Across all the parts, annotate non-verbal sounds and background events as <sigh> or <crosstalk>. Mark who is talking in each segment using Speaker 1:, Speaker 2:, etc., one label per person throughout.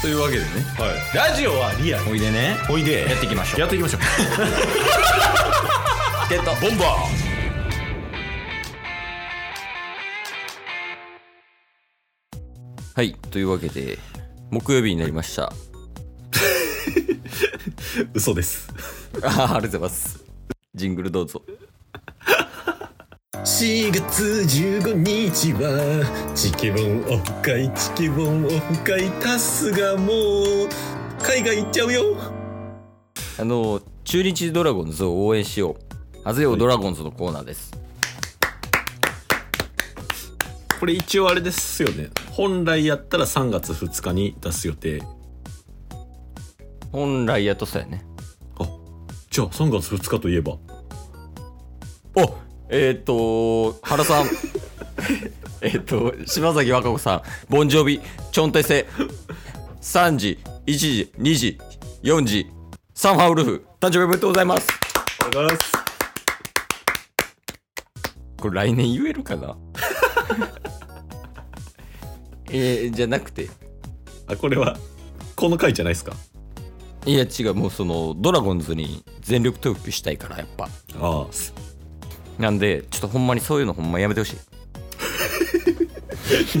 Speaker 1: というわけでね
Speaker 2: はい、ラジオはリアル
Speaker 1: おいでね
Speaker 2: おいで
Speaker 1: やっていきましょう
Speaker 2: やっていきましょう
Speaker 1: ゲット
Speaker 2: ボンバ
Speaker 1: はいというわけで木曜日になりました
Speaker 2: ー嘘です
Speaker 1: あーありがとうございますジングルどうぞ
Speaker 2: 4月15日はチケボンオフ会チケボンオフ会タスがもう海外行っちゃうよ
Speaker 1: あの中日ドラゴンズを応援しようハゼよドラゴンズのコーナーです
Speaker 2: これ一応あれですよね本来やったら3月2日に出す予定
Speaker 1: 本来やっとそうやね
Speaker 2: あじゃあ3月2日といえば
Speaker 1: おえっ、と原 <laughs> さんえっと島崎和歌子さんボンジョビチョンテセ3時1時2時4時サンファウルフ誕生日おめでとうございます
Speaker 2: ありがとうございます
Speaker 1: これ来年言えるかな <laughs> えー、じゃなくて
Speaker 2: あこれはこの回じゃないですか
Speaker 1: いや違うもうそのドラゴンズに全力投球したいからやっぱ
Speaker 2: ああ
Speaker 1: なんでちょっとほんまにそういうのほんまやめてほしい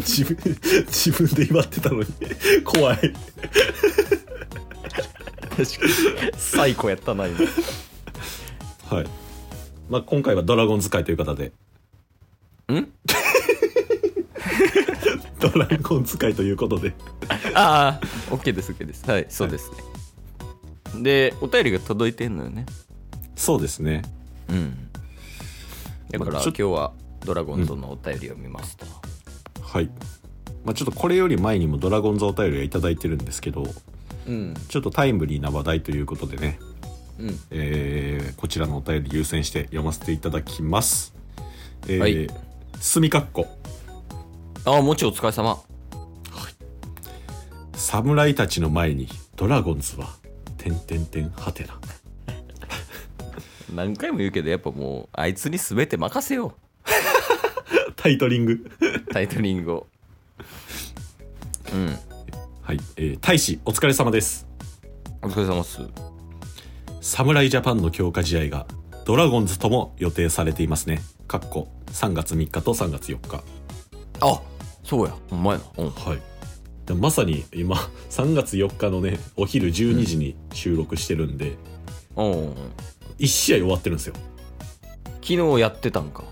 Speaker 2: <laughs> 自分自分で祝ってたのに怖い
Speaker 1: <laughs> 確かに最高やったな今
Speaker 2: はいまあ今回はドラゴンズ会という方で
Speaker 1: ん
Speaker 2: <laughs> ドラゴンズ会ということで
Speaker 1: ああ OK です OK ですはいそうですね、でお便りが届いてんのよね
Speaker 2: そうですね
Speaker 1: うんだから
Speaker 2: まあちょ
Speaker 1: 今日はドラゴンズのお便りを見ますと、
Speaker 2: はい、まあ、ちょっとこれより前にもドラゴンズお便りが頂いただいてるんですけど
Speaker 1: うん
Speaker 2: ちょっとタイムリーな話題ということでね、
Speaker 1: うん
Speaker 2: えーこちらのお便り優先して読ませていただきますえー
Speaker 1: はい
Speaker 2: 墨かっこ
Speaker 1: ああもちお疲れ様
Speaker 2: 侍たちの前にドラゴンズは点点点はてな
Speaker 1: 何回も言うけどやっぱもうあいつに全て任せよ
Speaker 2: タイトリング
Speaker 1: うタイトリングをうん
Speaker 2: はい、えー大使お疲れ様です
Speaker 1: お疲れ様っす
Speaker 2: 侍ジャパンの強化試合がドラゴンズとも予定されていますねかっこ3月3日と3月4日
Speaker 1: あそうやお前なうん
Speaker 2: はいでまさに今3月4日のねお昼12時に収録してるんで、
Speaker 1: うんうんうん
Speaker 2: 1試合終わってるんですよ
Speaker 1: 昨日やってたんか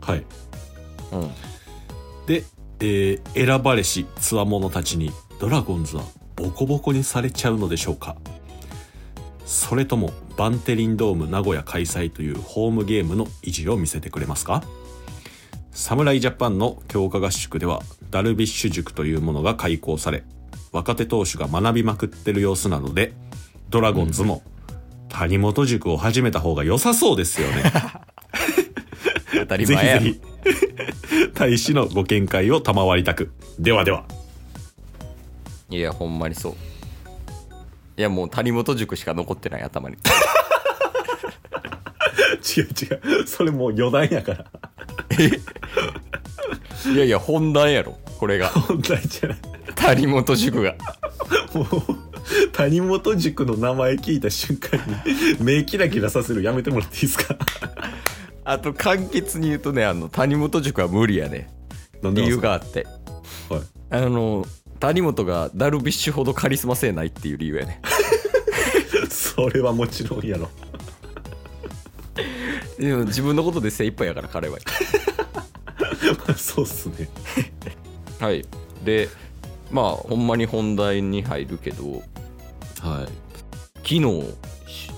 Speaker 2: はい
Speaker 1: うん
Speaker 2: で、えー選ばれし強者たちにドラゴンズはボコボコにされちゃうのでしょうかそれともバンテリンドーム名古屋開催というホームゲームの意地を見せてくれますか侍ジャパンの強化合宿ではダルビッシュ塾というものが開講され若手投手が学びまくってる様子なのでドラゴンズも谷本塾を始めた方が良さそうですよね
Speaker 1: 当たり
Speaker 2: ぜ
Speaker 1: 前や
Speaker 2: ひぜひ <laughs> 大使のご見解を賜りたくではではい
Speaker 1: やほんまにそういやもう谷本塾しか残って <laughs> ない頭に
Speaker 2: 違う違うそれもう余談やから
Speaker 1: いやいや本題やろこれが
Speaker 2: 本題じゃない
Speaker 1: 谷本塾が
Speaker 2: もう谷本塾の名前聞いた瞬間に目キラキラさせるやめてもらっていいです <laughs> か
Speaker 1: あと簡潔に言うとねあの谷本塾は無理やね
Speaker 2: なんで
Speaker 1: 理
Speaker 2: な
Speaker 1: 由
Speaker 2: んすか
Speaker 1: があって
Speaker 2: はい
Speaker 1: あの谷本がダルビッシュほどカリスマ性ないっていう理由や <laughs> ね
Speaker 2: それはもちろんやろ <laughs>
Speaker 1: でも自分のことで精一杯やから彼は
Speaker 2: まあそうっすね
Speaker 1: はいでまあほんまに本題に入るけど
Speaker 2: は
Speaker 1: 昨日し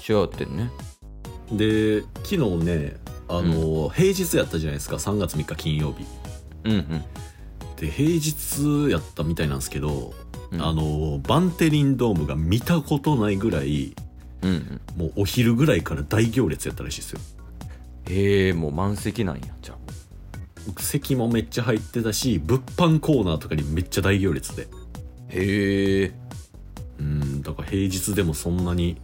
Speaker 1: しあってんね
Speaker 2: いで昨日ねあの、平日やったじゃないですか3月3日金曜日
Speaker 1: うんうん
Speaker 2: で平日やったみたいなんですけど
Speaker 1: うん
Speaker 2: あのバンテリンドームが見たことないぐらい
Speaker 1: うんうん
Speaker 2: もうお昼ぐらいから大行列やったらしいですよ
Speaker 1: へえもう満席なんやじゃあ
Speaker 2: 席もめっちゃ入ってたし物販コーナーとかにめっちゃ大行列で
Speaker 1: へえ
Speaker 2: うんだから平日でもそんなに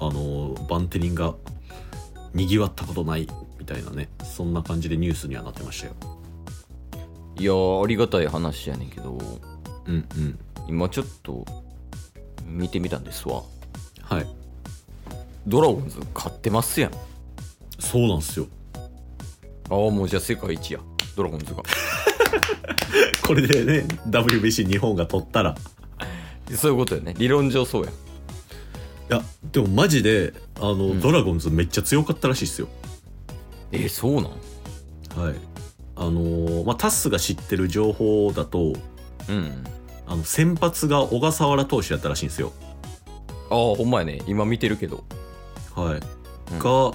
Speaker 2: あのバンテリンがにぎわったことないみたいなねそんな感じでニュースにはなってましたよ
Speaker 1: いやーありがたい話やねんけど
Speaker 2: うんうん
Speaker 1: 今ちょっと見てみたんですわ
Speaker 2: はい
Speaker 1: ドラゴンズ勝ってますやんあ
Speaker 2: そうなんですよ
Speaker 1: あもうじゃあ世界一やドラゴンズが <laughs>
Speaker 2: これでね WBC 日本が取ったら
Speaker 1: そういうことよね理論上そうや
Speaker 2: いやでもマジであの、
Speaker 1: ん
Speaker 2: ドラゴンズめっちゃ強かったらしいですよ
Speaker 1: えー、そうなん
Speaker 2: はいあのーまあ、タスが知ってる情報だと
Speaker 1: うん
Speaker 2: あの先発が小笠原投手やったらしいんですよ
Speaker 1: ああほんまやね今見てるけど
Speaker 2: はい、
Speaker 1: うん
Speaker 2: がも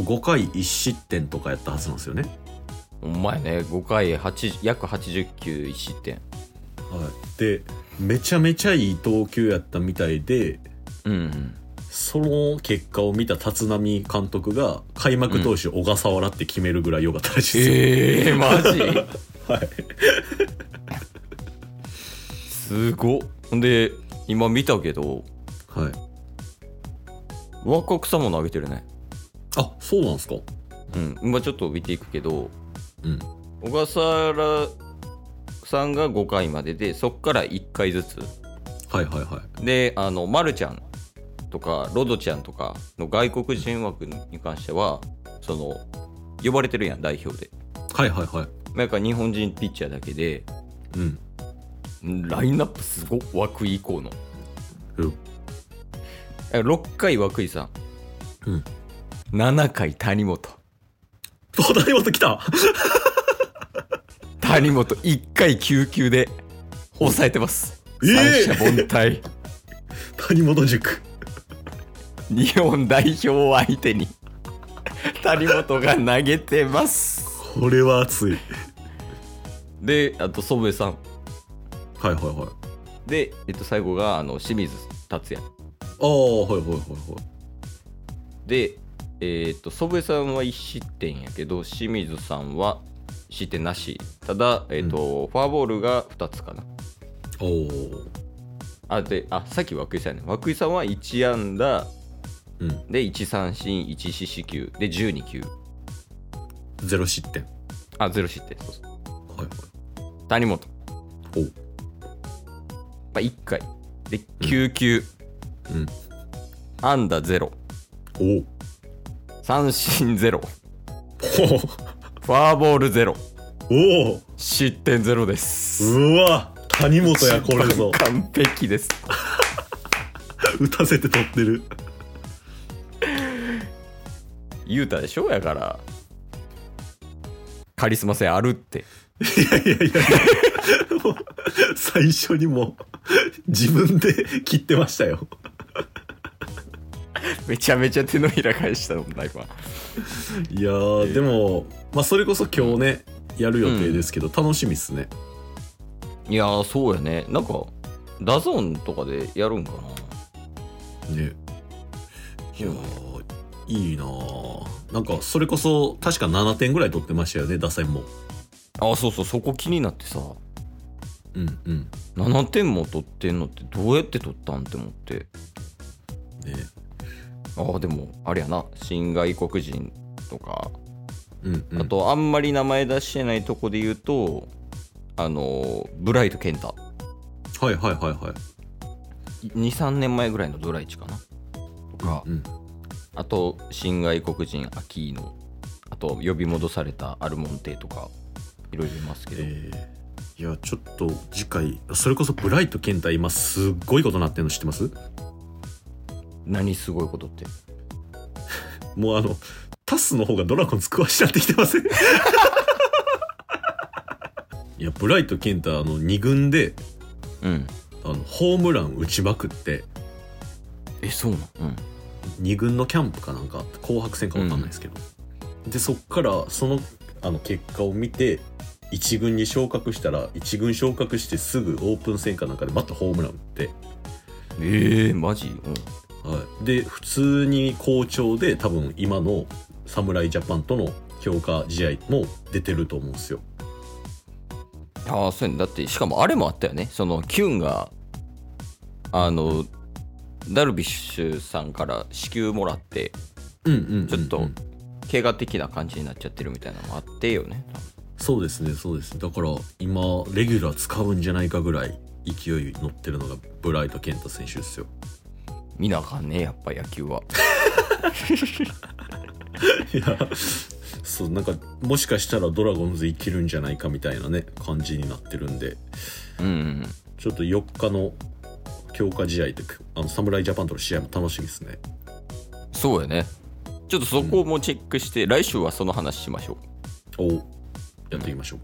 Speaker 2: う5回1失点とかやったはずなんですよね
Speaker 1: ほんまやね5回8約80球1失点
Speaker 2: はい、でめちゃめちゃいい投球やったみたいで
Speaker 1: うんうん
Speaker 2: その結果を見た立浪監督が開幕投手小笠原って決めるぐらい良かったらしいです
Speaker 1: え
Speaker 2: よ、
Speaker 1: えマジ
Speaker 2: <laughs> はい、
Speaker 1: すごっほんで今見たけど
Speaker 2: はい、
Speaker 1: 若草も投げてるね
Speaker 2: あそうなんですか
Speaker 1: うん今ちょっと見ていくけど
Speaker 2: うん
Speaker 1: 小笠原さんが5回まででそっから1回ずつ
Speaker 2: はいはいはい
Speaker 1: であのマルちゃんとかロドちゃんとかの外国人枠に関してはその呼ばれてるやん代表で
Speaker 2: はいはいはい
Speaker 1: なんから日本人ピッチャーだけで
Speaker 2: うん
Speaker 1: うんラインナップすごっ枠以降の
Speaker 2: うん
Speaker 1: 6回涌井さん、
Speaker 2: うん
Speaker 1: 7回谷本
Speaker 2: あ谷本来た <laughs>
Speaker 1: 谷本1回救急で抑えてます、
Speaker 2: ええ
Speaker 1: 三者凡退
Speaker 2: 谷本塾
Speaker 1: 日本代表を相手に谷本が投げてます
Speaker 2: これは熱い
Speaker 1: であと祖父江さん
Speaker 2: はいはいはい
Speaker 1: で、えっと、最後があの清水達也
Speaker 2: ああはいはいはいはい
Speaker 1: で、えっと祖父江さんは1失点やけど清水さんは失点なしただ、えっとフォアボールが2つかな
Speaker 2: おお
Speaker 1: あであさっき涌井さんやね涌井さんは1安打
Speaker 2: うん
Speaker 1: で1三振1四死球で12球
Speaker 2: ゼロ失点
Speaker 1: あゼ0失点そうそう
Speaker 2: はいは
Speaker 1: 谷本、
Speaker 2: い
Speaker 1: まあ、1回で9球、
Speaker 2: おうん
Speaker 1: 安打0
Speaker 2: おお
Speaker 1: 三振0
Speaker 2: ほ
Speaker 1: フォアボール0
Speaker 2: <laughs> おおお
Speaker 1: 失点0です
Speaker 2: うわ
Speaker 1: <laughs>
Speaker 2: 谷本やこれぞ
Speaker 1: 完璧です
Speaker 2: 打たせて取ってる <laughs>
Speaker 1: 言うたでしょやからカリスマ性あるって
Speaker 2: いやいやいやもう最初にもう <laughs> 自分で <laughs> 切ってましたよ
Speaker 1: めちゃめちゃ手のひら返したもんな今
Speaker 2: いやーでも、まあ、それこそ今日ねやる予定ですけど、楽しみっすね
Speaker 1: いやーそうやねなんかダゾーンとかでやるんか
Speaker 2: ねいやーいいなーなんかそれこそ確か7点ぐらい取ってましたよね打線も
Speaker 1: なあそうそうそこ気になってさ
Speaker 2: うんうん
Speaker 1: 7点も取ってんのってどうやって取ったんって思って
Speaker 2: ね
Speaker 1: ああでもあれやな新外国人とか
Speaker 2: うんうん
Speaker 1: あとあんまり名前出してないとこで言うとあのーブライト健太
Speaker 2: はいはいはいはい
Speaker 1: 23年前ぐらいのドライチかなとか
Speaker 2: うん
Speaker 1: あと新外国人アキーノあと呼び戻されたアルモンテとかいろいろいますけど、
Speaker 2: えーいやちょっと次回それこそブライト健太今すっごいことなってんの知ってます
Speaker 1: 何すごいことって
Speaker 2: もうあの、タスの方がドラゴンズ詳しちゃってきて
Speaker 1: <laughs>
Speaker 2: ませんいや、ブライト健太、あの、2軍で、
Speaker 1: うん
Speaker 2: あの、ホームラン打ちまくって、
Speaker 1: えそうなんうん
Speaker 2: 2軍のキャンプかなんかあって、紅白戦かわかんないですけど。で、そっから、その、あの、結果を見て、1軍に昇格したら、1軍昇格してすぐオープン戦かなんかでまたホームラン打って、
Speaker 1: ええマジうん
Speaker 2: はい。で、普通に好調で、多分今の侍ジャパンとの強化試合も出てると思うんですよ。
Speaker 1: ああそうやねだってしかもあれもあったよねそのキュンがあのダルビッシュさんから支給もらって
Speaker 2: うんうんうんうん
Speaker 1: ちょっと怪我的な感じになっちゃってるみたいなのもあってよね
Speaker 2: そうですねそうですねだから今レギュラー使うんじゃないかぐらい勢いに乗ってるのがブライト健太選手ですよ
Speaker 1: 見なあかんねやっぱ野球は
Speaker 2: いやそうなんかもしかしたらドラゴンズいけるんじゃないかみたいなね感じになってるんで
Speaker 1: うんうん
Speaker 2: ちょっと4日の強化試合というかあの侍ジャパンとの試合も楽しみですね
Speaker 1: そうやねちょっとそこもチェックして、来週はその話しましょう
Speaker 2: おうやっていきましょう、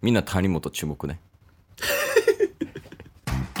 Speaker 1: みんな谷本注目ね <laughs>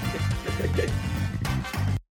Speaker 3: す